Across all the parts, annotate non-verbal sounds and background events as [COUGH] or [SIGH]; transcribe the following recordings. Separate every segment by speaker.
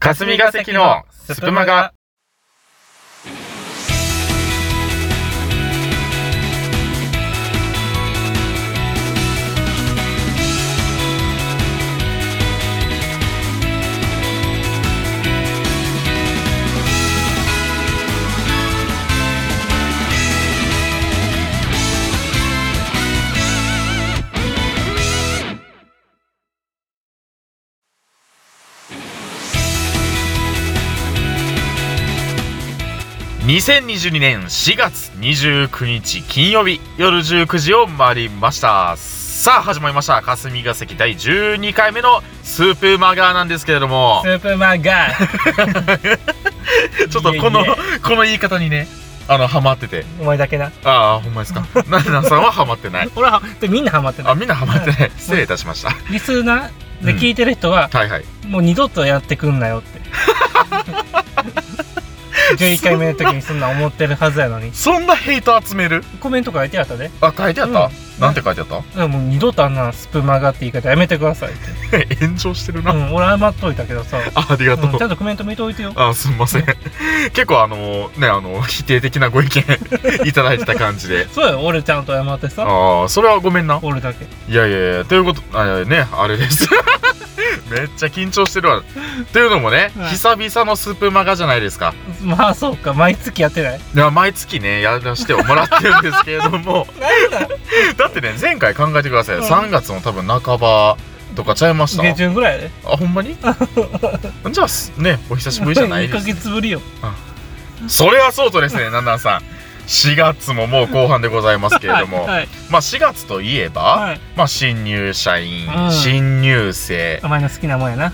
Speaker 1: 霞が関のスプマガ。2022年4月29日金曜日夜19時を回りましたさあ始まりました霞が関第12回目のスープマガーなんですけれども [LAUGHS]
Speaker 2: スープマガー
Speaker 1: ちょっとこの
Speaker 2: いえい
Speaker 1: この言い方にねあのハマってて
Speaker 2: お前だけな
Speaker 1: ああほんまです [LAUGHS] かななさんはハマってない
Speaker 2: 俺はでみんなハマって
Speaker 1: あ
Speaker 2: ない
Speaker 1: みんなハマってない失礼いたしました
Speaker 2: リスナーで
Speaker 1: うん
Speaker 2: 聞いてる人
Speaker 1: [LAUGHS]
Speaker 2: は、
Speaker 1: はいはい
Speaker 2: もう二度とやってくんなよ
Speaker 1: [LAUGHS]
Speaker 2: って11回目の時にそんな思ってるはずやのに
Speaker 1: そんなヘイト集める
Speaker 2: コメント書いてあったで
Speaker 1: あ書いてあった、
Speaker 2: うん
Speaker 1: なんて書いてあった
Speaker 2: だからもう二度とあんなスプマガって言い方やめてくださいって
Speaker 1: [LAUGHS] 炎上してる
Speaker 2: う
Speaker 1: な、
Speaker 2: ん俺謝っといたけどさ、
Speaker 1: あありがとう、
Speaker 2: うんちゃんとコメント見といてよ
Speaker 1: あすんません [LAUGHS] 結構あのねあの否定的なご意見いただいてた感じ
Speaker 2: [LAUGHS]
Speaker 1: で
Speaker 2: そうよ俺ちゃんと謝ってさ
Speaker 1: ああそれはごめんな
Speaker 2: 俺だけ
Speaker 1: いやいやいやということあいやねあれです [LAUGHS] めっちゃ緊張してるわというのもね、
Speaker 2: うん
Speaker 1: 久々のスープマガじゃないですか
Speaker 2: まあそうか毎月やってない
Speaker 1: いや毎月ねやらせてもらってるんですけれど
Speaker 2: [LAUGHS]
Speaker 1: も
Speaker 2: 何だ
Speaker 1: [LAUGHS] だってね前回考えてください、
Speaker 2: うん
Speaker 1: 3月の多分半ばとかちゃいました
Speaker 2: 下旬ぐらいやで
Speaker 1: あほん
Speaker 2: [LAUGHS]
Speaker 1: まにじゃあすねお久しぶりじゃない
Speaker 2: 2
Speaker 1: で
Speaker 2: [LAUGHS] ヶ
Speaker 1: す
Speaker 2: 月ぶりよ
Speaker 1: それはそうとですね、なんなんさん。4月ももう後半でございますけれども、
Speaker 2: はい
Speaker 1: まあ4月といえば、
Speaker 2: はい、
Speaker 1: まあ新入社員、
Speaker 2: うん
Speaker 1: 新入生、 [LAUGHS]
Speaker 2: お前の好きなもんやな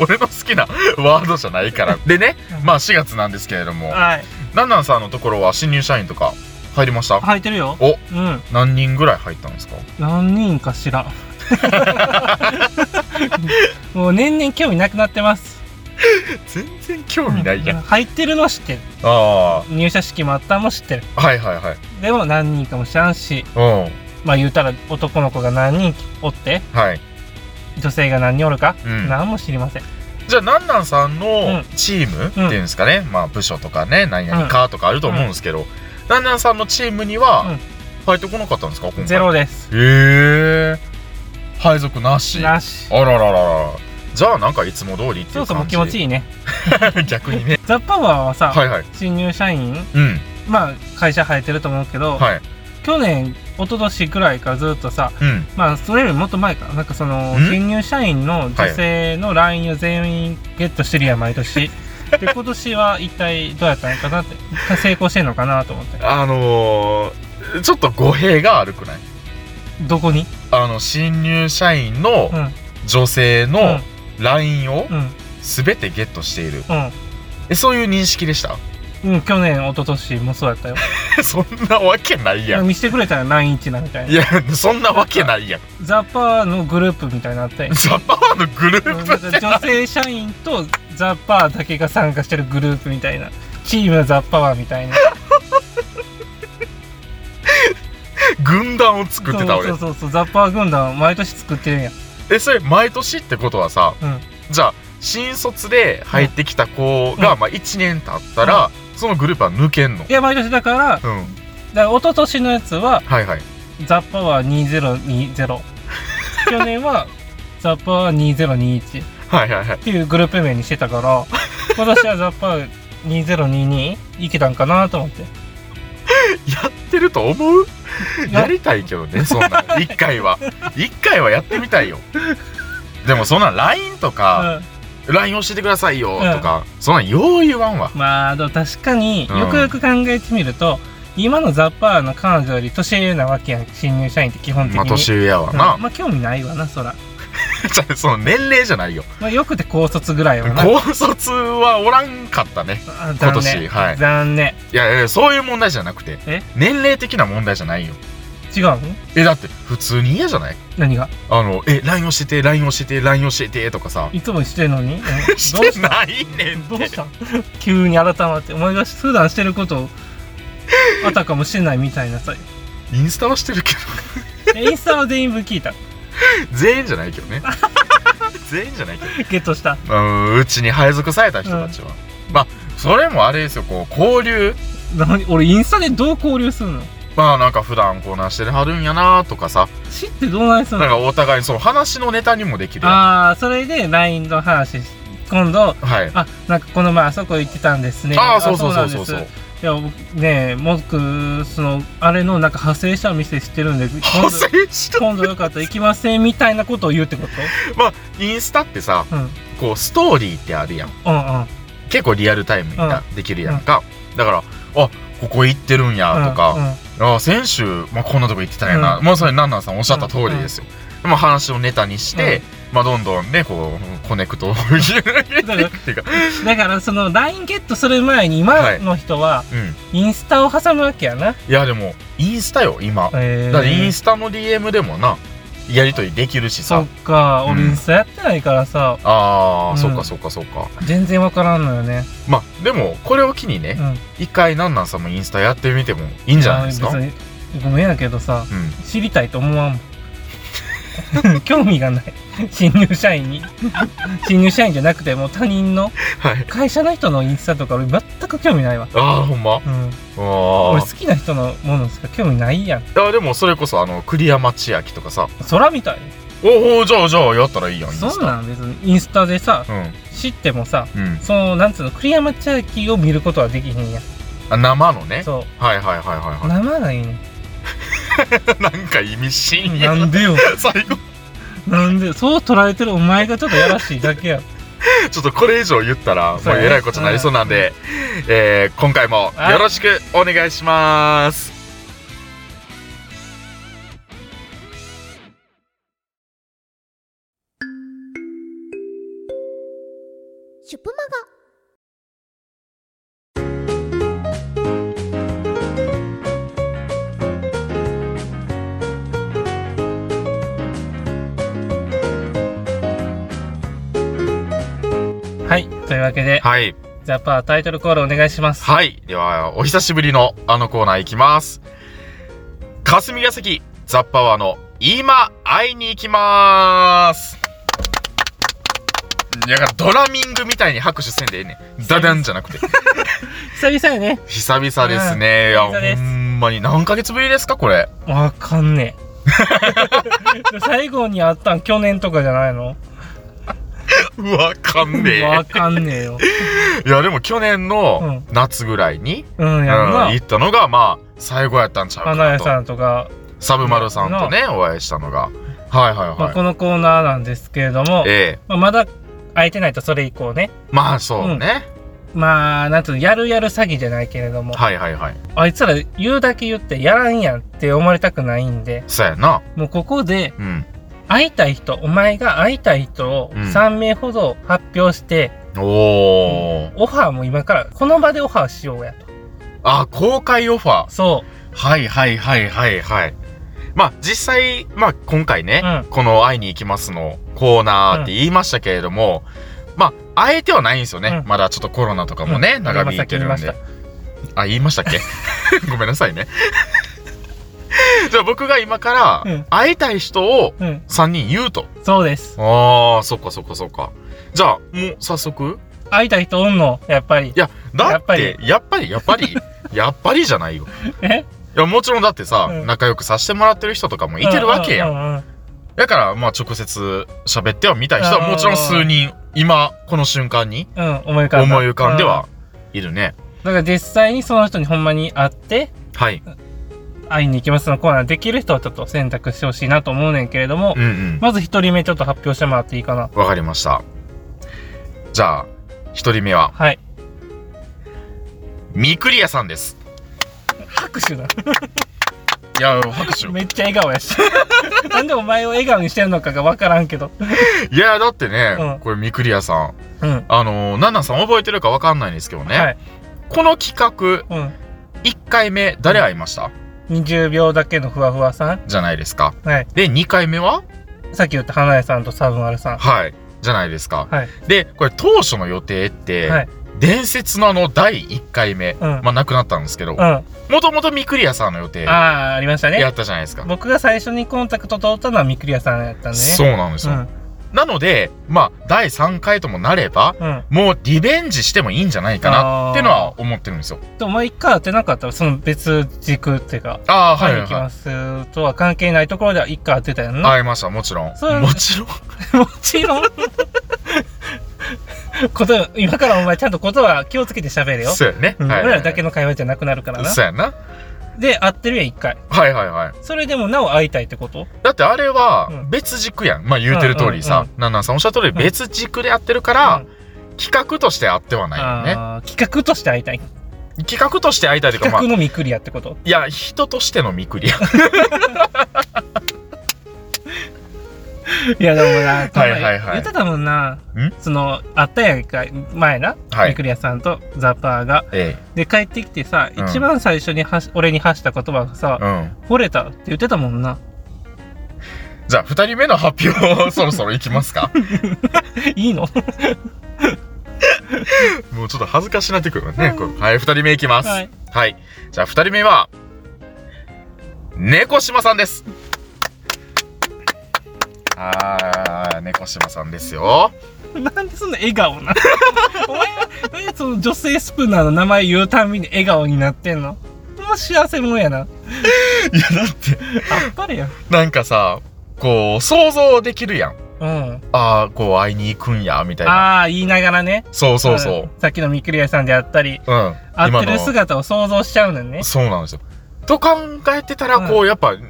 Speaker 1: 俺の好きなワードじゃないから。でね、
Speaker 2: うん
Speaker 1: まあ4月なんですけれども、
Speaker 2: はい
Speaker 1: なんなんさんのところは新入社員とか入りました
Speaker 2: 履いてるよ
Speaker 1: お
Speaker 2: うん
Speaker 1: 何人ぐらい入ったんですか
Speaker 2: 何人か
Speaker 1: [LAUGHS]
Speaker 2: しらもう年々興味なくなってます
Speaker 1: 全然興味ないやん。
Speaker 2: うん入ってるのは知ってる
Speaker 1: あ
Speaker 2: 入社式もあったのも知ってる
Speaker 1: あ、はいはいはい。
Speaker 2: でも何人かも知らんし
Speaker 1: う
Speaker 2: まあ言うたら男の子が何人おって
Speaker 1: ん。はい。
Speaker 2: 女性が何人おるか、
Speaker 1: うん
Speaker 2: 何も知りません
Speaker 1: じゃあ、なんなんさんの
Speaker 2: ん
Speaker 1: チーム、っていうんですかね、まあ、部署とかね、何々かとかあると思うんですけど、なんなんさんのチームに
Speaker 2: う
Speaker 1: は
Speaker 2: ん、
Speaker 1: 入ってこなかったんですか、今回。
Speaker 2: ゼロです
Speaker 1: へえ。配属なし。あ
Speaker 2: なし
Speaker 1: らららら。じゃあ、なんかいつも通りって
Speaker 2: そ
Speaker 1: いうう
Speaker 2: そうも
Speaker 1: 感
Speaker 2: う気
Speaker 1: じ。
Speaker 2: 持ちいいね
Speaker 1: いい。逆にね。
Speaker 2: [LAUGHS] ザ・パワーはさ、
Speaker 1: はいはい。
Speaker 2: 新入社員
Speaker 1: うん。
Speaker 2: まあ会社入ってると思うけど、
Speaker 1: はい。
Speaker 2: 去年一昨年くらいからずっとさ
Speaker 1: うん。
Speaker 2: まあそれよりもっと前かなんかその
Speaker 1: ん
Speaker 2: 新入社員の女性の LINE を全員ゲットしてるやん毎年
Speaker 1: [LAUGHS]
Speaker 2: で今年は一体どうやったのかなって一回成功してんのかなと思って
Speaker 1: あのー、ちょっと語弊があるくない
Speaker 2: どこに
Speaker 1: あの、新入社員の
Speaker 2: うん
Speaker 1: 女性
Speaker 2: う
Speaker 1: の
Speaker 2: ん
Speaker 1: LINE を
Speaker 2: うん
Speaker 1: 全てゲットしている。
Speaker 2: う
Speaker 1: え、そういう認識でした
Speaker 2: ん、うん、去年一昨年もそうやったよ
Speaker 1: [LAUGHS] そんなわけないやん。
Speaker 2: 見せてくれたら LINE 一なみたい
Speaker 1: い
Speaker 2: な
Speaker 1: や、そんなわけないやん。
Speaker 2: ザ・パーのグループみたいになって
Speaker 1: ザ・パワーのグル
Speaker 2: うん
Speaker 1: ープ
Speaker 2: なんか女性社員とザ・パーだけが参加してるグループみたいなチームザ・パワーみたいな
Speaker 1: 軍団を作ってた俺
Speaker 2: そうそうそうザ・パー軍団毎年作ってるやん
Speaker 1: えそれ毎年ってことはさ
Speaker 2: うん
Speaker 1: じゃあ新卒で入ってきた子が、
Speaker 2: うん
Speaker 1: まあ1年経ったら、そのグループは抜けんの
Speaker 2: いや毎年だからだか
Speaker 1: うん
Speaker 2: ら一昨年のやつは
Speaker 1: はいはい
Speaker 2: ザ・パワー2020
Speaker 1: [LAUGHS]
Speaker 2: 去年はザ・パワー2021っ
Speaker 1: はいはい [LAUGHS] はい
Speaker 2: ていうグループ名にしてたから今年はザ・パワー2022いけたんかなと思って
Speaker 1: やってると思う
Speaker 2: いや
Speaker 1: やりたいけどねそんな1回は1回はやってみたいよでもそんなん LINE とか「
Speaker 2: う
Speaker 1: LINE 教えてくださいよ」とか、そんなんよう言わんわ
Speaker 2: ん、まあでも確かに
Speaker 1: うん
Speaker 2: よくよく考えてみると、今のザ・パワーの彼女より年上なわけやん新入社員って基本的に、
Speaker 1: まあ年上やわな、
Speaker 2: うんまあ興味ないわなそら、
Speaker 1: じゃあその年齢じゃないよ
Speaker 2: まあ、よくて高卒ぐらいはな
Speaker 1: 高卒はおらんかったね
Speaker 2: あ
Speaker 1: 今
Speaker 2: 残
Speaker 1: 年
Speaker 2: 念、
Speaker 1: はい
Speaker 2: 残念
Speaker 1: いやいやそういう問題じゃなくて
Speaker 2: え
Speaker 1: 年齢的な問題じゃないよ
Speaker 2: 違うの
Speaker 1: えだって普通に嫌じゃない
Speaker 2: 何が
Speaker 1: あのえ LINE 教えて LINE 教えて LINE 教えてとかさ
Speaker 2: いつもしてるのに、
Speaker 1: [LAUGHS]
Speaker 2: うんどう
Speaker 1: して
Speaker 2: し
Speaker 1: ないねん
Speaker 2: ど
Speaker 1: っ
Speaker 2: う
Speaker 1: て
Speaker 2: したん急に改まってお前が普段して
Speaker 1: [LAUGHS]
Speaker 2: ることをあたかもしてないみたいなさ
Speaker 1: インスタ [LAUGHS] はしてるけ
Speaker 2: えインスタは全員分聞いた [LAUGHS]
Speaker 1: ど全員じゃないけどね全員じゃないけど
Speaker 2: ゲットした
Speaker 1: うんうちに配属された人たちは、まあそれもあれですよこう交流
Speaker 2: 何俺インスタでどう交流するの
Speaker 1: まあなんか普段こうなんしてるはるんやなとかさ
Speaker 2: 知ってどうなんする
Speaker 1: なん
Speaker 2: の
Speaker 1: かお互いにその話のネタにもできるやん
Speaker 2: ああそれで LINE の話し今度
Speaker 1: はい
Speaker 2: あなんかこの前あそこ行ってたんですね
Speaker 1: ああそうそうそうそうそう
Speaker 2: なんですいや僕ね僕そのあれのなんか派生した店知ってるんで今
Speaker 1: 派
Speaker 2: 度
Speaker 1: 生した
Speaker 2: 今度よかったら行きませんみたいなことを言うってこと
Speaker 1: インスタってさ
Speaker 2: うんうん
Speaker 1: こうストーリーってあるやん
Speaker 2: うん
Speaker 1: 結構リアルタイムになできるやんか、だからあここ行ってるんやとか、あ先週、まあ、こんなとこ行ってたんやな、
Speaker 2: う
Speaker 1: まあそれなんなんさんおっしゃった通りですよ、まあ、話をネタにして、まあ、どんどんねこうコネクトを広げていくっていうか、
Speaker 2: うんだからその LINE ゲットする前に今の人は
Speaker 1: うん、
Speaker 2: インスタを挟むわけやな、
Speaker 1: いやでもインスタよ今、
Speaker 2: えー
Speaker 1: だってインスタの DM でもなやり取りできるし
Speaker 2: そ
Speaker 1: さ
Speaker 2: っか俺
Speaker 1: うん
Speaker 2: インスタやってないからさ、
Speaker 1: ああ、
Speaker 2: うん
Speaker 1: そっかそっかそっか
Speaker 2: 全然わからんのよね
Speaker 1: まあでもこれを機にね、
Speaker 2: うん
Speaker 1: 一回なんなんさんもインスタやってみてもいいんじゃないですか、
Speaker 2: あ
Speaker 1: うん、
Speaker 2: 別にごめんやけどさ知りたいと思わんもん [LAUGHS] 興味がない新入社員に [LAUGHS] 新入社員じゃなくてもう他人の
Speaker 1: はい
Speaker 2: 会社の人のインスタとか俺全く興味ないわ
Speaker 1: ああほんま
Speaker 2: うん
Speaker 1: あ
Speaker 2: 俺好きな人のものしか興味ないやん
Speaker 1: ーあでもそれこそあの栗山千明とかさ
Speaker 2: 空みたい
Speaker 1: おおじゃあじゃあやったらいいやんインスタ
Speaker 2: そんなん別にインスタでさ
Speaker 1: うん
Speaker 2: 知ってもさ
Speaker 1: うん
Speaker 2: そのなんつうの栗山千明を見ることはできへんやん
Speaker 1: あ生のね
Speaker 2: そ
Speaker 1: はいはいはいは
Speaker 2: う
Speaker 1: いは
Speaker 2: 生がいいね
Speaker 1: い [LAUGHS] なんか意味深や
Speaker 2: な
Speaker 1: なん
Speaker 2: でよ
Speaker 1: [LAUGHS] 最後
Speaker 2: なんでそう捉えてるお前がちょっとやらしいだ
Speaker 1: [LAUGHS]
Speaker 2: けや
Speaker 1: ちょっとこれ以上言ったらもう
Speaker 2: そうやね
Speaker 1: えらいことになりそうなんで、えー今回もよろしくお願いします
Speaker 3: シュプマガ
Speaker 2: はいというわけで
Speaker 1: はい
Speaker 2: ジャパータイトルコールお願いします
Speaker 1: はいではお久しぶりのあのコーナーいきます霞が関ザッパワーの今会いに行きますいやだからドラミングみたいに拍手せんでええねんダダンじゃなくて
Speaker 2: 久々やね
Speaker 1: 久々ですねいや
Speaker 2: 久々です
Speaker 1: ほんまに何ヶ月ぶりですかこれ
Speaker 2: わかんね
Speaker 1: [LAUGHS]
Speaker 2: え最後に会ったん去年とかじゃないの
Speaker 1: わかんね
Speaker 2: わかんねえよ
Speaker 1: えいやでも去年の夏ぐらいに、
Speaker 2: うんやん
Speaker 1: うん
Speaker 2: な
Speaker 1: 行ったのがまあ最後やったんちゃうか
Speaker 2: 花
Speaker 1: な
Speaker 2: 屋
Speaker 1: と
Speaker 2: さんとか、
Speaker 1: サブマルさんとねお会いしたのがはいはい
Speaker 2: まあ、
Speaker 1: はい、
Speaker 2: このコーナーなんですけれども、
Speaker 1: ええ
Speaker 2: まあ、まだ空いてないとそれ以降ね
Speaker 1: まあそうね、
Speaker 2: まあなんつうのやるやる詐欺じゃないけれども、
Speaker 1: はいはいはい
Speaker 2: あいつら言うだけ言ってやらんやんって思われたくないんで
Speaker 1: そうやな
Speaker 2: もうここで
Speaker 1: うん
Speaker 2: 会いたい人お前が会いたい人を
Speaker 1: うん
Speaker 2: 3名ほど発表して、
Speaker 1: おお、
Speaker 2: オファーも今からこの場でオファーしようやと
Speaker 1: あ公開オファー
Speaker 2: そ
Speaker 1: はいはいはいはいはいまあ実際まあ今回ね、
Speaker 2: うん
Speaker 1: この「会いに行きます」のコーナーって言いましたけれども、まあ会えてはないんですよね、
Speaker 2: うん
Speaker 1: まだちょっとコロナとかもね、
Speaker 2: うん
Speaker 1: 長引いてるん
Speaker 2: 今
Speaker 1: で
Speaker 2: さっき言いま
Speaker 1: あ言いましたっ
Speaker 2: [LAUGHS]
Speaker 1: けごめんなさいねじゃあ僕が今か
Speaker 2: う
Speaker 1: ら
Speaker 2: ん
Speaker 1: 会いたい人を
Speaker 2: ううん
Speaker 1: 3人言うと、
Speaker 2: そうです
Speaker 1: ああそっかそっかそっかじゃあもう早速
Speaker 2: 会いたい人おんのやっぱり
Speaker 1: いやだ
Speaker 2: や
Speaker 1: っ
Speaker 2: っぱ
Speaker 1: て
Speaker 2: り
Speaker 1: やっぱりやっぱ
Speaker 2: [LAUGHS]
Speaker 1: りやっぱりじゃないよ
Speaker 2: え
Speaker 1: いやもちろんだってさ、
Speaker 2: うん
Speaker 1: 仲良くさせてもらってる人とかもいてるわけやん,、
Speaker 2: うんうんうん
Speaker 1: だからまあ直接喋ってはみたい人はもちろん数人今この瞬間に
Speaker 2: うん、うん思い浮かんだ
Speaker 1: 思い浮かんで
Speaker 2: う
Speaker 1: はいるね、
Speaker 2: んだから実際にその人にほんまに会って
Speaker 1: はい
Speaker 2: 会いに行きますのコーナーできる人をちょっと選択してほしいなと思うねんけれども、
Speaker 1: うんうん
Speaker 2: まず一人目ちょっと発表してもらっていいかな
Speaker 1: わかりましたじゃあ一人目は
Speaker 2: はい
Speaker 1: みくりやさんです
Speaker 2: 拍手だ
Speaker 1: いや拍手
Speaker 2: めっちゃ笑顔やし [LAUGHS] なんでお前を笑顔にしてるのかが分からんけど
Speaker 1: いやだってね、
Speaker 2: うん
Speaker 1: これみくりやさん
Speaker 2: うん
Speaker 1: あのー、ナンナさん覚えてるかわかんないんですけどね、
Speaker 2: はい、
Speaker 1: この企画
Speaker 2: うん、
Speaker 1: 1回目誰会いました
Speaker 2: 20秒だけのふわふわさん
Speaker 1: じゃないですか
Speaker 2: はい
Speaker 1: で2回目は
Speaker 2: さっき言った花屋さんとサブマルさん
Speaker 1: はいじゃないですか
Speaker 2: はい
Speaker 1: でこれ当初の予定って、
Speaker 2: はい
Speaker 1: 伝説のあの第1回目、
Speaker 2: うん
Speaker 1: まあなくなったんですけど
Speaker 2: うんあ
Speaker 1: もともとミクリアさんの予定や
Speaker 2: あーありましたね
Speaker 1: ったじゃないですか、
Speaker 2: 僕が最初にコンタクト取ったのはみくりやさんやったんでね
Speaker 1: そうなんですよ、
Speaker 2: うん
Speaker 1: なので、まあ、第3回ともなれば、
Speaker 2: うん。
Speaker 1: もうリベンジしてもいいんじゃないかなっていうのは思ってるんですよ。
Speaker 2: でも、一回当てなかったら、その別軸っていうか、
Speaker 1: ああ、はい
Speaker 2: はい、
Speaker 1: は
Speaker 2: 行
Speaker 1: い
Speaker 2: き
Speaker 1: は
Speaker 2: ますとは関係ないところでは一回当てたよ
Speaker 1: い。
Speaker 2: な。
Speaker 1: 会いました、もちろん。
Speaker 2: そう
Speaker 1: もちろん。
Speaker 2: [LAUGHS] もちろん。こと今からお前ちゃんと言葉気をつけて喋れよ。
Speaker 1: そうやね。
Speaker 2: うん
Speaker 1: はい
Speaker 2: 俺らだけの会話じゃなくなるからな。
Speaker 1: そうやな。
Speaker 2: で、会ってるやん、一回。
Speaker 1: はいはいはい。
Speaker 2: それでもなお会いたいってこと
Speaker 1: だってあれ
Speaker 2: う
Speaker 1: は
Speaker 2: ん
Speaker 1: 別軸やん。まあ言うてる通り
Speaker 2: うん
Speaker 1: さ
Speaker 2: う、
Speaker 1: なんなんさんおっしゃる通り別軸でやってるから、企画としてあってはないよね。
Speaker 2: あー企画として会いたい。
Speaker 1: 企画として会いたいというか、まあ
Speaker 2: 企画、のみくりやってこと。
Speaker 1: いや、人としての見くり
Speaker 2: [LAUGHS]
Speaker 1: や。
Speaker 2: いや、でもな、
Speaker 1: はいはいはい
Speaker 2: 言ってたもんな。
Speaker 1: ん
Speaker 2: その、あったやんか、前な、
Speaker 1: はい
Speaker 2: みくりやさんとザッパーが。
Speaker 1: え
Speaker 2: で、帰ってきてさ、
Speaker 1: うん
Speaker 2: 一番最初にはし俺に発した言葉がさ
Speaker 1: え。う、ん。
Speaker 2: 惚れたって言ってたもんな。
Speaker 1: じゃあ、二人目の発表を [LAUGHS] そろそろいきます
Speaker 2: [LAUGHS]
Speaker 1: か。
Speaker 2: いいの
Speaker 1: もうちょっと恥ずかしなってくるわね。これはい、二人目いきます。
Speaker 2: は
Speaker 1: はい
Speaker 2: い。
Speaker 1: はい。じゃあ、二人目は、猫島さんです。あー、猫島さんですよ。
Speaker 2: [LAUGHS] なんでそんな笑顔な [LAUGHS] お前は、なんでその女性スプーナーの名前言うたんびに笑顔になってんのもう幸せもんやな。あっ
Speaker 1: [LAUGHS] いや、だって、
Speaker 2: ぱれやん。
Speaker 1: なんかさ、こう、想像できるやん。
Speaker 2: うん。
Speaker 1: ああ、こう、会いに行くんや、みたいな。
Speaker 2: ああ、言いながらね。
Speaker 1: そうそうそ
Speaker 2: ん。さっきのみくりやさんであったり、
Speaker 1: う。うん。
Speaker 2: 会っ
Speaker 1: 今
Speaker 2: てる姿を想像しちゃうのね
Speaker 1: の。。そうなんですよ。と考えてたら、こう、やっぱ、ね、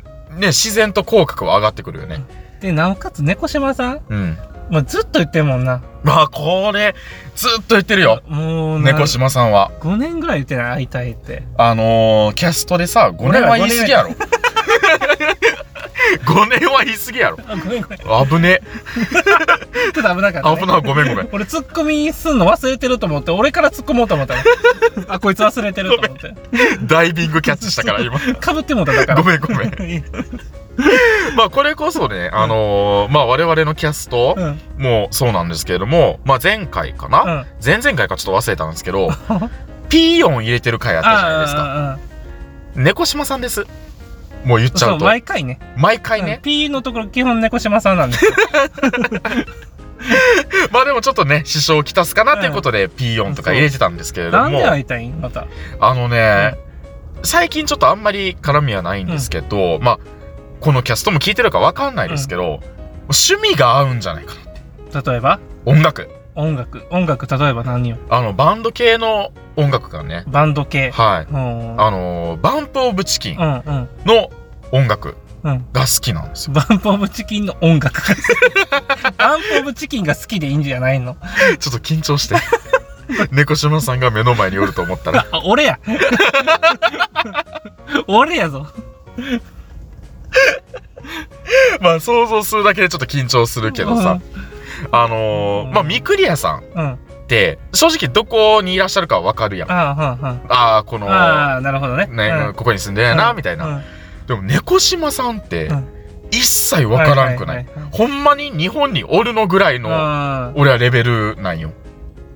Speaker 1: 自然と口角は上がってくるよね。
Speaker 2: で、なおかつ猫島さん、
Speaker 1: うん。
Speaker 2: もうずっと言ってるもんな。
Speaker 1: まあ、これ、ずっと言ってるよ。
Speaker 2: もうな、
Speaker 1: 猫島さんは。
Speaker 2: 5年ぐらい言ってない、会いたいって。
Speaker 1: あのー、キャストでさ、5年は言い過ぎやろ。5年は言い過ぎやろ。
Speaker 2: あ、ごめんごめん。 [LAUGHS] ちょ
Speaker 1: 危ね。
Speaker 2: っと危なかった、ね。
Speaker 1: 危ない。ごめんごめん。
Speaker 2: 俺ツッコミすんの忘れてると思って俺から突っ込もうと思った
Speaker 1: [LAUGHS]
Speaker 2: のあこいつ忘れてると思って
Speaker 1: ダイビングキャッチしたから、今。
Speaker 2: かぶってもうただから
Speaker 1: ごめんごめん。
Speaker 2: ん
Speaker 1: まあ、これこそね、あのー、まあ、我々のキャスト
Speaker 2: うん
Speaker 1: もそうなんですけれども、まあ、前回かな、
Speaker 2: うん
Speaker 1: 前々回かちょっと忘れたんですけ
Speaker 2: [LAUGHS]
Speaker 1: ど、ピーヨン入れてる回あったじゃないですか。
Speaker 2: ああああああ
Speaker 1: 猫島さんです。もう言っちゃ
Speaker 2: そうう
Speaker 1: と。
Speaker 2: 毎回ね
Speaker 1: 毎回ね
Speaker 2: うん。P のところ基本猫島さんなんですよ
Speaker 1: まあでもちょっとね、支障をきたすかなっていうことで、ピーヨンとか入れてたんですけれど
Speaker 2: なん
Speaker 1: も
Speaker 2: で、会いたいんまた
Speaker 1: あのね、最近ちょっとあんまり絡みはないんですけど、まあ、このキャストも聞いてるかわかんないですけど、趣味が合うんじゃないかな。
Speaker 2: 例えば
Speaker 1: 音楽。
Speaker 2: 音楽音楽例えば何よ
Speaker 1: あの、バンド系の音楽がね、
Speaker 2: バンド系
Speaker 1: はい。
Speaker 2: うん
Speaker 1: あのー、バンプオブチキン
Speaker 2: うんうん
Speaker 1: の音楽
Speaker 2: うん
Speaker 1: が好きなんですよ。 [LAUGHS]
Speaker 2: バンプオブチキンの音楽が好きバンプオブチキンが好きでいいんじゃないの [LAUGHS]
Speaker 1: ちょっと緊張して。 [LAUGHS] 猫島さんが目の前におると思
Speaker 2: [LAUGHS]
Speaker 1: ったら。
Speaker 2: あ俺や俺やぞ
Speaker 1: まあ想像するだけでちょっと緊張するけどさ。あのー、まあミクリアさん
Speaker 2: うんあ
Speaker 1: って、正直どこにいらっしゃるかわかるやん。あ
Speaker 2: あはんはん
Speaker 1: あー、この、
Speaker 2: ああなるほどね
Speaker 1: ね、
Speaker 2: うん
Speaker 1: ここに住んでるな、みたいな。でも猫島さんって、
Speaker 2: うん
Speaker 1: 一切わからんくない,、
Speaker 2: はいはいはいはい
Speaker 1: ほんまに日本におるのぐらいの、
Speaker 2: の
Speaker 1: 俺はレベルなんよ。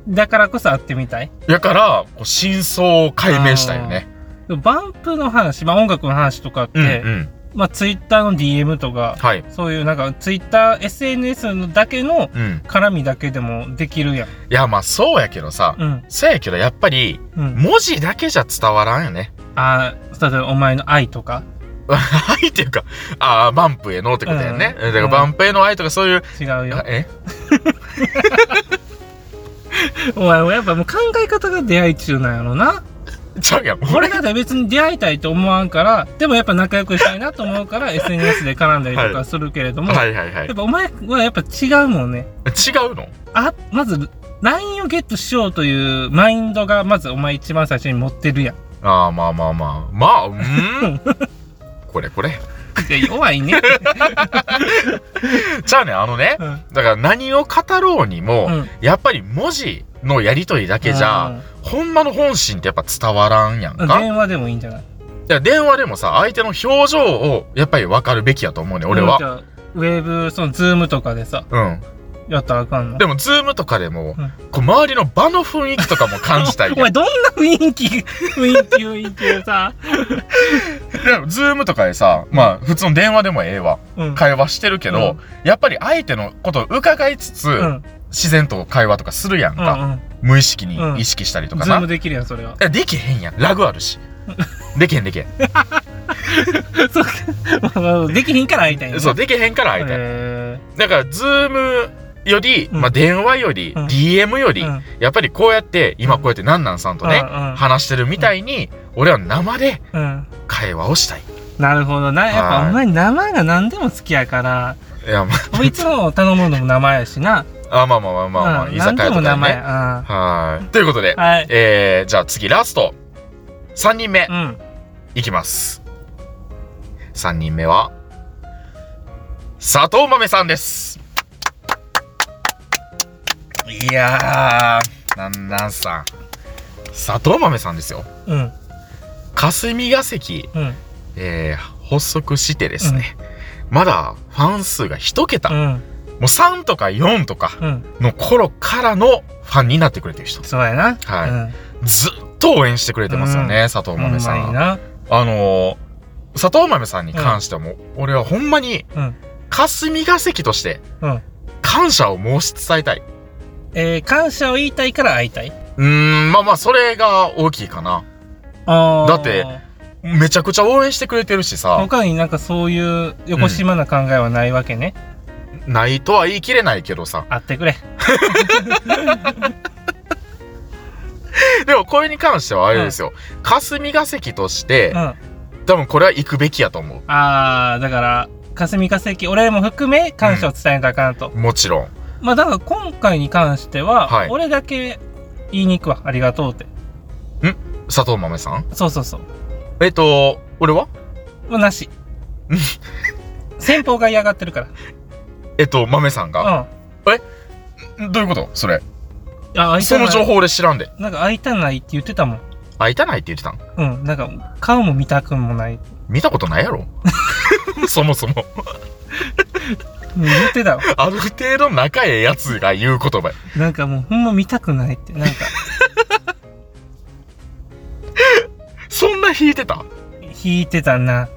Speaker 2: だからこそ会ってみたい
Speaker 1: やから、こう真相を解明したいよね。
Speaker 2: でもバンプの話、まあ、音楽の話とかって、
Speaker 1: うんうん。
Speaker 2: まあ、ツイッターの DM とか
Speaker 1: はい。
Speaker 2: そういうなんかツイッター SNS のだけの
Speaker 1: うん。
Speaker 2: 絡みだけでもできるやん
Speaker 1: いや、まあそうやけどさ、
Speaker 2: うん
Speaker 1: そうやけどやっぱり、
Speaker 2: うん
Speaker 1: 文字だけじゃ伝わらんよね。 [LAUGHS]
Speaker 2: ああ例えばお前の愛とか
Speaker 1: 愛っていうか、ああ、バンプへのってことやね。
Speaker 2: うん
Speaker 1: だからバンプへの愛とかそういう、
Speaker 2: 違う
Speaker 1: [LAUGHS]
Speaker 2: よ
Speaker 1: え
Speaker 2: お前はやっぱもう考え方が出会い中なんやろな
Speaker 1: ちゃうやん。
Speaker 2: 俺だって別に出会いたいと思わんからでもやっぱ仲良くしたいなと思うから SNS で絡んだりとかするけれども、
Speaker 1: はいはいはい。違
Speaker 2: やっぱお前はやっぱ違うもんね
Speaker 1: うの
Speaker 2: あ、まず、LINE をゲットしようというマインドが、まずお前一番最初に持ってるやん。
Speaker 1: ああ、まあまあまあ。まあ、うーん。これこれ。
Speaker 2: いや弱いね。
Speaker 1: じゃあね、あのね、
Speaker 2: うん。
Speaker 1: だから何を語ろうにも、
Speaker 2: うん
Speaker 1: やっぱり文字のやりとりだけじゃ、ほんまの本心ってやっぱ伝わらんやん
Speaker 2: うん
Speaker 1: か。
Speaker 2: 電話でもいいんじゃな
Speaker 1: だ
Speaker 2: い
Speaker 1: から電話でもさ、相手の表情をやっぱり分かるべきやと思うね、俺
Speaker 2: で
Speaker 1: は。
Speaker 2: もじゃあウェブ、その、ズームとかでさ、
Speaker 1: うん。
Speaker 2: やったらあかんの
Speaker 1: でも、ズームとかでも、
Speaker 2: うん
Speaker 1: こう周りの場の雰囲気とかも感じたい
Speaker 2: [LAUGHS] お
Speaker 1: や
Speaker 2: 前
Speaker 1: ん。
Speaker 2: どんな雰囲気 [LAUGHS] 雰囲気雰囲気をさ、
Speaker 1: でもズームとかでさ、まあ、普通の電話でもええわ。
Speaker 2: うん、
Speaker 1: 会話してるけど、やっぱり相手のことを伺いつつ、
Speaker 2: うんうん
Speaker 1: 自然と会話とかするやん
Speaker 2: う
Speaker 1: か。
Speaker 2: ん
Speaker 1: 無意識
Speaker 2: うん
Speaker 1: に意識したりとか
Speaker 2: ズ
Speaker 1: な。
Speaker 2: ームできるやんそれは [LAUGHS]
Speaker 1: えできへんやん。ラグあるし。できへんできへん。
Speaker 2: そうかまあできひんから会いたいんや
Speaker 1: そう、できへんから相手。
Speaker 2: へ
Speaker 1: だから、ズームより、
Speaker 2: うん
Speaker 1: まあ、電話より、
Speaker 2: うん
Speaker 1: DM より、
Speaker 2: ーうん
Speaker 1: やっぱりこうやって、今こうやってなんなんさんとね、
Speaker 2: う
Speaker 1: 話してるみたいに、俺は生で
Speaker 2: んうんうん
Speaker 1: 会話をしたい。
Speaker 2: なるほどなやっぱ
Speaker 1: はい
Speaker 2: お前生が何でも好きやから
Speaker 1: いや、ま
Speaker 2: いつも頼むのも生やしな
Speaker 1: あ、あまあまあまあまあ、まあ
Speaker 2: うん
Speaker 1: 居酒屋
Speaker 2: 何でも
Speaker 1: とか
Speaker 2: 生
Speaker 1: ね。
Speaker 2: や
Speaker 1: はい。ということで
Speaker 2: うん、はい
Speaker 1: えー、じゃあ次、ラスト。3人目
Speaker 2: う、ん
Speaker 1: いきます。3人目は、佐藤豆さんです。いやー、なんなんさん。佐藤豆さんですよ。
Speaker 2: うん
Speaker 1: 霞が関、
Speaker 2: うん
Speaker 1: えー発足してですね、まだファン数が一桁、
Speaker 2: う
Speaker 1: も
Speaker 2: ん
Speaker 1: う3とか4とか
Speaker 2: うん
Speaker 1: の頃からのファンになってくれてる人
Speaker 2: そうやな
Speaker 1: はい
Speaker 2: うん
Speaker 1: ずっと応援してくれてますよね、佐藤
Speaker 2: ほん
Speaker 1: 豆さ
Speaker 2: ま
Speaker 1: ん、
Speaker 2: にな
Speaker 1: あのー佐藤豆さんに関してはもう、俺はほんまに
Speaker 2: うん
Speaker 1: 霞が関として
Speaker 2: うん
Speaker 1: 感謝を申し伝えたい
Speaker 2: えー感謝を言いたいから会いたいう
Speaker 1: ーんまあまあそれが大きいかな
Speaker 2: あー
Speaker 1: だってめちゃくちゃ応援してくれてるしさ
Speaker 2: 他になんかそういう横島な考えはないわけね、
Speaker 1: ないとは言い切れないけどさ
Speaker 2: 会ってくれ
Speaker 1: でもこれに関してはあれですよ、霞が関として、
Speaker 2: うんあ
Speaker 1: 多分これは行くべきやと思
Speaker 2: あーだから霞が関俺も含め感謝を伝えなきゃあかんと、
Speaker 1: うもちろん
Speaker 2: まあだから今回に関しては、
Speaker 1: はい
Speaker 2: 俺だけ言いに行くわありがとうって
Speaker 1: 佐藤豆さん
Speaker 2: そうそうそう
Speaker 1: えっと俺は
Speaker 2: もうな
Speaker 1: [LAUGHS]
Speaker 2: し
Speaker 1: うん
Speaker 2: 先方が嫌がってるか
Speaker 1: えっと豆さんが、
Speaker 2: らうん
Speaker 1: どういうことそれ
Speaker 2: あ会い
Speaker 1: そ
Speaker 2: たな
Speaker 1: の
Speaker 2: い
Speaker 1: 情報俺知らんで
Speaker 2: なんか会いたないって言ってたもん
Speaker 1: 会いたないって言ってたん
Speaker 2: うんなんか顔も見たくもない、
Speaker 1: 見たことないやろ [LAUGHS] そもそも
Speaker 2: うん言っ
Speaker 1: [LAUGHS]
Speaker 2: てたわ
Speaker 1: ある程度仲ええやつが言う言葉や
Speaker 2: なんかもうほんま見たくないってなんか
Speaker 1: そんな引いてた
Speaker 2: 引いてたな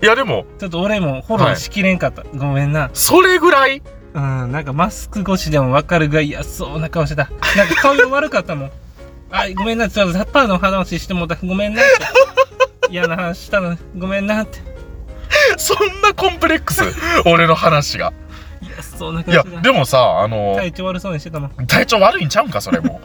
Speaker 2: い
Speaker 1: やでも
Speaker 2: ちょっと俺もフォローしきれんかった、ごめんな
Speaker 1: それぐらい
Speaker 2: うんなんかマスク越しでも分かるぐらい嫌そうな顔してたなんか顔色悪かっ
Speaker 1: [LAUGHS]
Speaker 2: たもんあごめんなちょっとサッパーの話してもうたごめんなって嫌な話したのごめんなって
Speaker 1: そんなコンプレックス俺の話が
Speaker 2: 嫌そうない顔
Speaker 1: や
Speaker 2: してた
Speaker 1: でもさあの
Speaker 2: 体調悪そうにしてたもん
Speaker 1: 体調悪いんちゃうんかそれも [LAUGHS]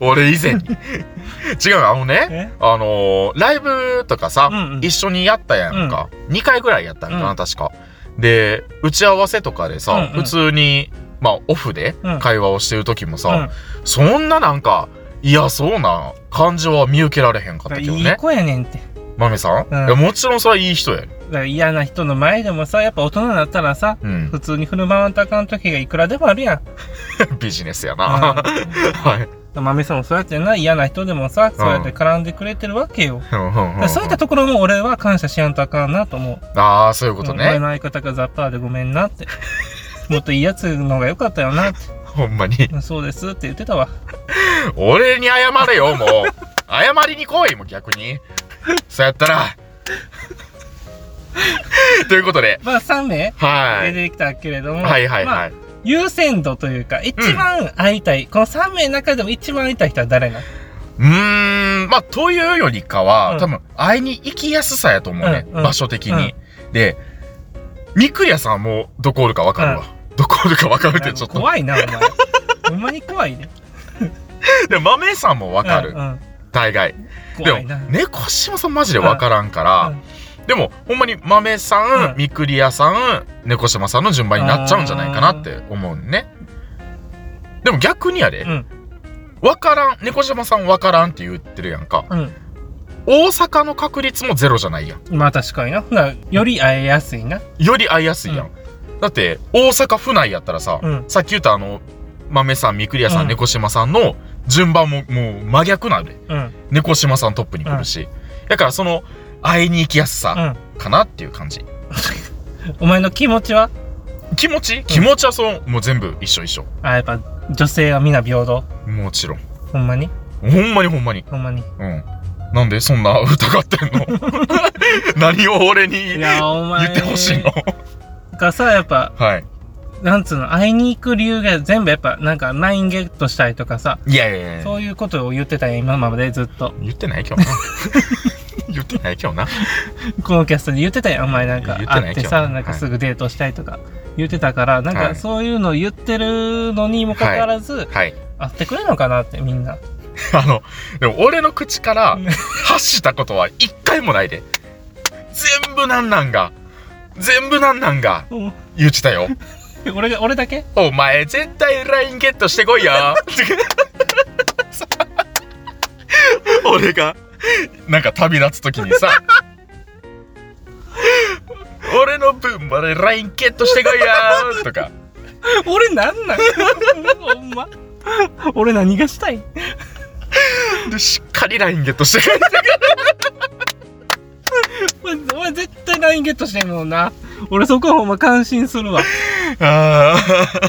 Speaker 1: 俺以前に違うあのね
Speaker 2: え
Speaker 1: あのーライブとかさ、
Speaker 2: うんうん
Speaker 1: 一緒にやったやんか、2回ぐらいやったんかな、
Speaker 2: うん
Speaker 1: 確かで打ち合わせとかでさ、
Speaker 2: うんうん
Speaker 1: 普通にまあオフで
Speaker 2: うん
Speaker 1: 会話をしてる時も
Speaker 2: うん
Speaker 1: さ、そんななんか嫌そうな感じは見受けられへんかっ
Speaker 2: だから
Speaker 1: たけど
Speaker 2: いい
Speaker 1: ね
Speaker 2: 子やねんって
Speaker 1: まめさん、
Speaker 2: うん
Speaker 1: いやもちろんそれはいい人や
Speaker 2: だから嫌な人の前でもさやっぱ大人になったらさ
Speaker 1: うん
Speaker 2: 普通に振る舞わんとあかん時がいくらでもあるやん、
Speaker 1: [LAUGHS] ビジネスやな、
Speaker 2: う
Speaker 1: はい
Speaker 2: ん、豆さんもそうやってな嫌な人でもさそうやって絡んでくれてるわけよ、だからそういったところも俺は感謝しやんとあかんなと思う。
Speaker 1: ああそういうこと
Speaker 2: お前
Speaker 1: ね
Speaker 2: の相方がザッパーでごめん
Speaker 1: [LAUGHS]
Speaker 2: なって。もっといいやつの方が良かったよなって。
Speaker 1: ほんまに
Speaker 2: そうですって言ってたわ。
Speaker 1: 俺に謝れよもう謝りに来いもう逆にそうやった
Speaker 2: [LAUGHS]
Speaker 1: らということで
Speaker 2: まあ3名
Speaker 1: は
Speaker 2: 出
Speaker 1: い。
Speaker 2: てきたけれども、
Speaker 1: はいはい
Speaker 2: ま
Speaker 1: は
Speaker 2: あ、
Speaker 1: い。
Speaker 2: 優先度というか、一番会いたい、この3名の中でも一番会いたい人は誰な
Speaker 1: [LAUGHS]
Speaker 2: の
Speaker 1: うーん、まあ、というよりかは、
Speaker 2: うん
Speaker 1: 多分、会いに行きやすさやと思うね。
Speaker 2: うんうん
Speaker 1: 場所的に。で、ミクリアさんはもう、どこおるかわかるわ。どこおるかわかるって、ちょっと。
Speaker 2: 怖いな、お前。ほんまに怖いね。
Speaker 1: で、マメさんも [LAUGHS] わかる。
Speaker 2: うんうん
Speaker 1: 大概。で
Speaker 2: 怖い
Speaker 1: も
Speaker 2: な。、
Speaker 1: 猫島さんマジでわからんから、
Speaker 2: うん
Speaker 1: でも、ほんまにマメさん、
Speaker 2: うん
Speaker 1: ミクリアさん、猫島さんの順番になっちゃうんじゃないかなって思うね。でも逆にやで
Speaker 2: う、ん。
Speaker 1: わからん、猫島さんわからんって言ってるやんか。
Speaker 2: う
Speaker 1: 大阪の確率もゼロじゃないやん。
Speaker 2: ん。まあ確かにな。ほな、より会えやすいな。
Speaker 1: より会いやすいやん、
Speaker 2: う
Speaker 1: だって大阪府内やったらさ、
Speaker 2: うん
Speaker 1: さっき言ったあの豆さん三栗屋さん、
Speaker 2: うん
Speaker 1: 猫島さんの順番ももう真逆なんで
Speaker 2: うん。
Speaker 1: 猫島さんトップに来るし、だからその会いに行きやす
Speaker 2: う
Speaker 1: さ
Speaker 2: ん。
Speaker 1: かなっていう感じ、
Speaker 2: お前の気持ちは
Speaker 1: 気持ち気持ちはそう、もう全部一緒一緒
Speaker 2: あ、やっぱ女性は皆平等。
Speaker 1: もちろん
Speaker 2: ほんまに
Speaker 1: ほんまにほんまに
Speaker 2: ほんまに。
Speaker 1: うんなんでそんな疑って
Speaker 2: [LAUGHS]
Speaker 1: んの何を俺に
Speaker 2: い
Speaker 1: 言
Speaker 2: や、お前。
Speaker 1: ってほしいの
Speaker 2: がさ、やっぱ、
Speaker 1: はい
Speaker 2: なんつうの、会いに行く理由が全部やっぱ、なんか、ラインゲットしたいとかさ、
Speaker 1: いやいやいや
Speaker 2: そういうことを言ってたよ、今までずっと。
Speaker 1: 言ってないけど [LAUGHS] な言ってないけどな
Speaker 2: このキャストで言ってたよ、お前なん
Speaker 1: 言
Speaker 2: か
Speaker 1: ってない
Speaker 2: 会ってさ、
Speaker 1: 今日
Speaker 2: なんか
Speaker 1: はい
Speaker 2: すぐデートしたいとか言ってたから、なん
Speaker 1: は
Speaker 2: か
Speaker 1: い
Speaker 2: そういうの言ってるのにもかかわらず、
Speaker 1: はい
Speaker 2: 会ってくれるのかなってみんな。
Speaker 1: あのでも俺の口から
Speaker 2: うん
Speaker 1: 発したことは一回もないで全部なんなんが全部なんなんが言ってたよ
Speaker 2: 俺が、俺だけ
Speaker 1: お前絶対 LINE ゲットしてこいよ俺がなんか旅立つ時にさ俺の分まで LINE ゲットしてこいよとか
Speaker 2: 俺なんなん [LAUGHS] ほんま。俺何がしたい
Speaker 1: でしっかり LINE ゲットしてくれて
Speaker 2: お前お前絶対 LINE ゲットしてんのな。俺そこはほんま感心するわ。
Speaker 1: あ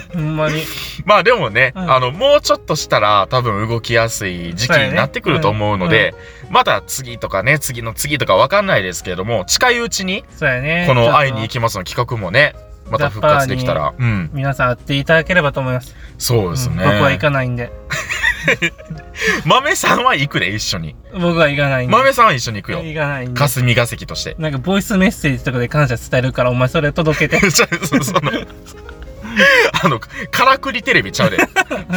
Speaker 1: ー
Speaker 2: ほんまに。
Speaker 1: まあでもね、
Speaker 2: うん
Speaker 1: あのもうちょっとしたら多分動きやすい時期になってくると思うので、また次とかね次の次とかわかんないですけれども近いうちに
Speaker 2: そうやね。
Speaker 1: こ
Speaker 2: ちょっ
Speaker 1: の「
Speaker 2: と
Speaker 1: 会いに行きます」の企画もねまた復活できたら、うん、
Speaker 2: 皆さん会っていただければと思います。
Speaker 1: そうですね、
Speaker 2: ん僕は行かないんで。
Speaker 1: 豆さんは行くで一緒に
Speaker 2: 僕は行かないんで。
Speaker 1: 豆さんは一緒に行くよ
Speaker 2: 行かないんで。
Speaker 1: 霞が関として [LAUGHS]
Speaker 2: なんかボイスメッセージとかで感謝伝えるからお前それ届
Speaker 1: [LAUGHS]
Speaker 2: けて
Speaker 1: ちゃうそそ
Speaker 2: [LAUGHS]
Speaker 1: のあのからくりテレビちゃうで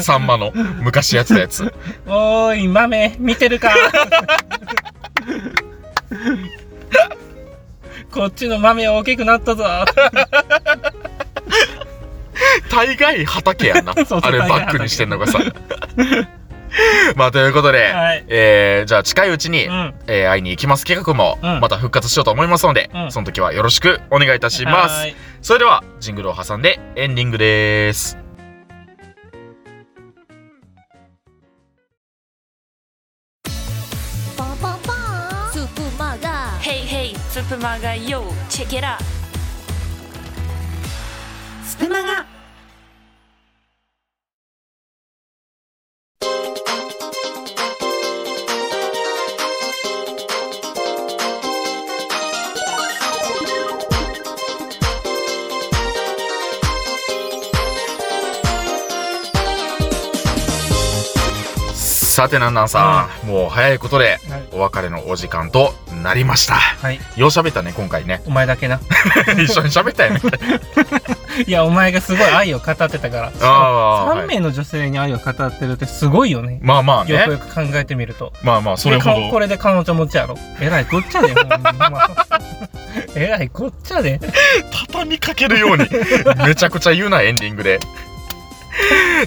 Speaker 1: さんまの昔やってたやつ
Speaker 2: 「おーい豆見て
Speaker 1: [LAUGHS]
Speaker 2: るか? 」こっちの豆大きくなったぞ
Speaker 1: 大概畑やんな
Speaker 2: [LAUGHS] そうそう
Speaker 1: あれ
Speaker 2: 大概
Speaker 1: バックにしてんのがさ [LAUGHS] まあということで、
Speaker 2: はい
Speaker 1: えーじゃあ近いうちに、
Speaker 2: うん
Speaker 1: えー会いに行きます企画も
Speaker 2: うん
Speaker 1: また復活しようと思いますので、
Speaker 2: うん
Speaker 1: その時はよろしくお願いいたします
Speaker 2: はーい
Speaker 1: それではジングルを挟んでエンディングです
Speaker 3: パパパスープマガ
Speaker 4: Hey hey, スプマガ yo, check it out. スプマガ。
Speaker 1: さてなんなんさん、もう早いことで
Speaker 2: はい
Speaker 1: お別れのお時間となりました
Speaker 2: はい
Speaker 1: よう喋ったね今回ね
Speaker 2: [LAUGHS] お前だけな
Speaker 1: 一緒に喋った
Speaker 2: [LAUGHS]
Speaker 1: よね
Speaker 2: いやお前がすごい愛を語ってたから
Speaker 1: あー
Speaker 2: 3名の女性に愛を語ってるってすごいよね
Speaker 1: まあまあ
Speaker 2: よくよ
Speaker 1: ね
Speaker 2: く考えてみると
Speaker 1: まあまあそれほ
Speaker 2: でかこ
Speaker 1: ど
Speaker 2: れで彼女持ちやろえらいこっちゃでほんま [LAUGHS] えらいこっちゃで
Speaker 1: 畳みかけるよ [LAUGHS] うにめちゃくちゃ言うなエンディングで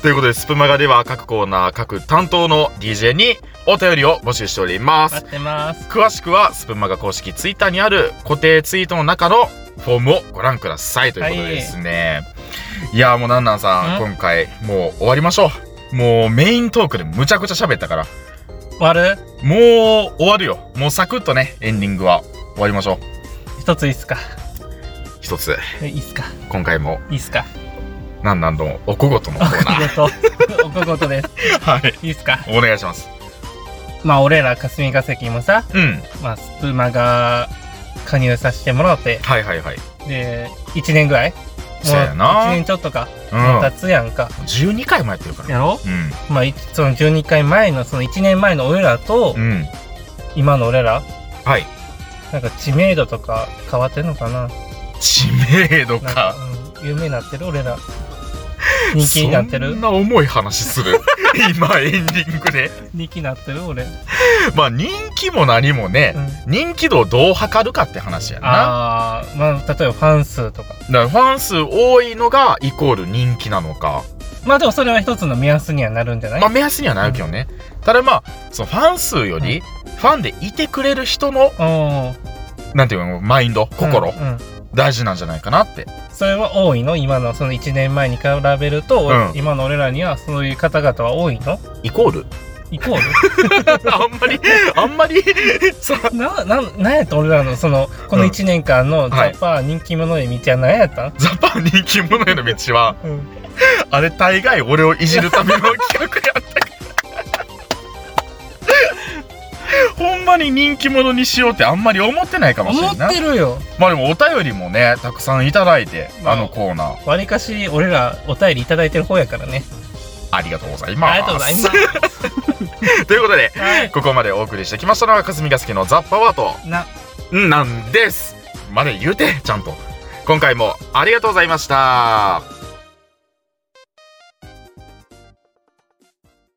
Speaker 1: ということでスプマガでは各コーナー各担当の DJ にお便りを募集しております
Speaker 2: 待ってます
Speaker 1: 詳しくはスプマガ公式ツイッターにある固定ツイートの中のフォームをご覧くださいということでですね、い、やーもうなんなんさん
Speaker 2: ん
Speaker 1: 今回もう終わりましょうもうメイントークでむちゃくちゃ喋ったから
Speaker 2: 終わる
Speaker 1: もう終わるよもうサクッとねエンディングは終わりましょう
Speaker 2: 一ついいっすか
Speaker 1: 一つ
Speaker 2: えいいっすか
Speaker 1: 今回も
Speaker 2: いいっすか
Speaker 1: なんなんのおこごとのコーナー
Speaker 2: お仕事、お仕事です。
Speaker 1: [LAUGHS] はい
Speaker 2: いいっすか
Speaker 1: お願いします
Speaker 2: まあ、俺ら霞が関もさ、
Speaker 1: うん
Speaker 2: まあ、スプマが加入させてもらって、
Speaker 1: はいはいはい
Speaker 2: で、1年ぐらい
Speaker 1: そうやな
Speaker 2: 1年ちょっとか、
Speaker 1: う
Speaker 2: もうん経つやんか。
Speaker 1: 12回もやってるから
Speaker 2: やろ
Speaker 1: う
Speaker 2: まあ、いその12回前の、その1年前の俺らと、
Speaker 1: んうん
Speaker 2: 今の俺ら、
Speaker 1: はい
Speaker 2: なんか知名度とか変わってんのかな
Speaker 1: 知名度
Speaker 2: な
Speaker 1: か
Speaker 2: んか、うん、有名になってる俺ら。 [LAUGHS] 人気になって
Speaker 1: そん
Speaker 2: る
Speaker 1: な重い話す
Speaker 2: [LAUGHS]
Speaker 1: る今エンディングで
Speaker 2: 人気になってる俺。うん、
Speaker 1: まあ人気も何もね、人気度をどう測るかって話やな
Speaker 2: あー、まあ、例えばファン数とか。
Speaker 1: だからファン数多いのがイコール人気なのか
Speaker 2: まあでもそれは一つの目安にはなるんじゃない
Speaker 1: まあ目安にはなるけどね、ただまあそのファン数よりファンでいてくれる人の
Speaker 2: おー
Speaker 1: なんていうのマインド心、
Speaker 2: うんうん
Speaker 1: 大事なんじゃないかなって
Speaker 2: それは多いの今のその1年前に比べると、
Speaker 1: うん
Speaker 2: 今の俺らにはそういう方々は多いの
Speaker 1: イコール
Speaker 2: イコー
Speaker 1: あんまりあんまりそう
Speaker 2: ルななんなんやった俺らのそのこの
Speaker 1: うん
Speaker 2: 1年間
Speaker 1: は
Speaker 2: のザ
Speaker 1: い
Speaker 2: ッパー人気者へ見ては何やったん、
Speaker 1: ザパン人気者への道は
Speaker 2: うん
Speaker 1: あれ大概俺をいじるための企画やったからほんまに人気者にしようってあんまり思ってないかもしれ
Speaker 2: 思
Speaker 1: んな
Speaker 2: っ
Speaker 1: い
Speaker 2: てるよ
Speaker 1: まあでもお便りもねたくさんいただいて
Speaker 2: まあ
Speaker 1: あのコーナー
Speaker 2: わりかし俺らお便りいただいてる方やからね
Speaker 1: ありがとうございます
Speaker 2: ありがとうございます
Speaker 1: ということで
Speaker 2: はい
Speaker 1: ここまでお送りしてきましたのは霞が関のザ・パワーと
Speaker 2: な
Speaker 1: なんですまで言うてちゃんと今回もありがとうございました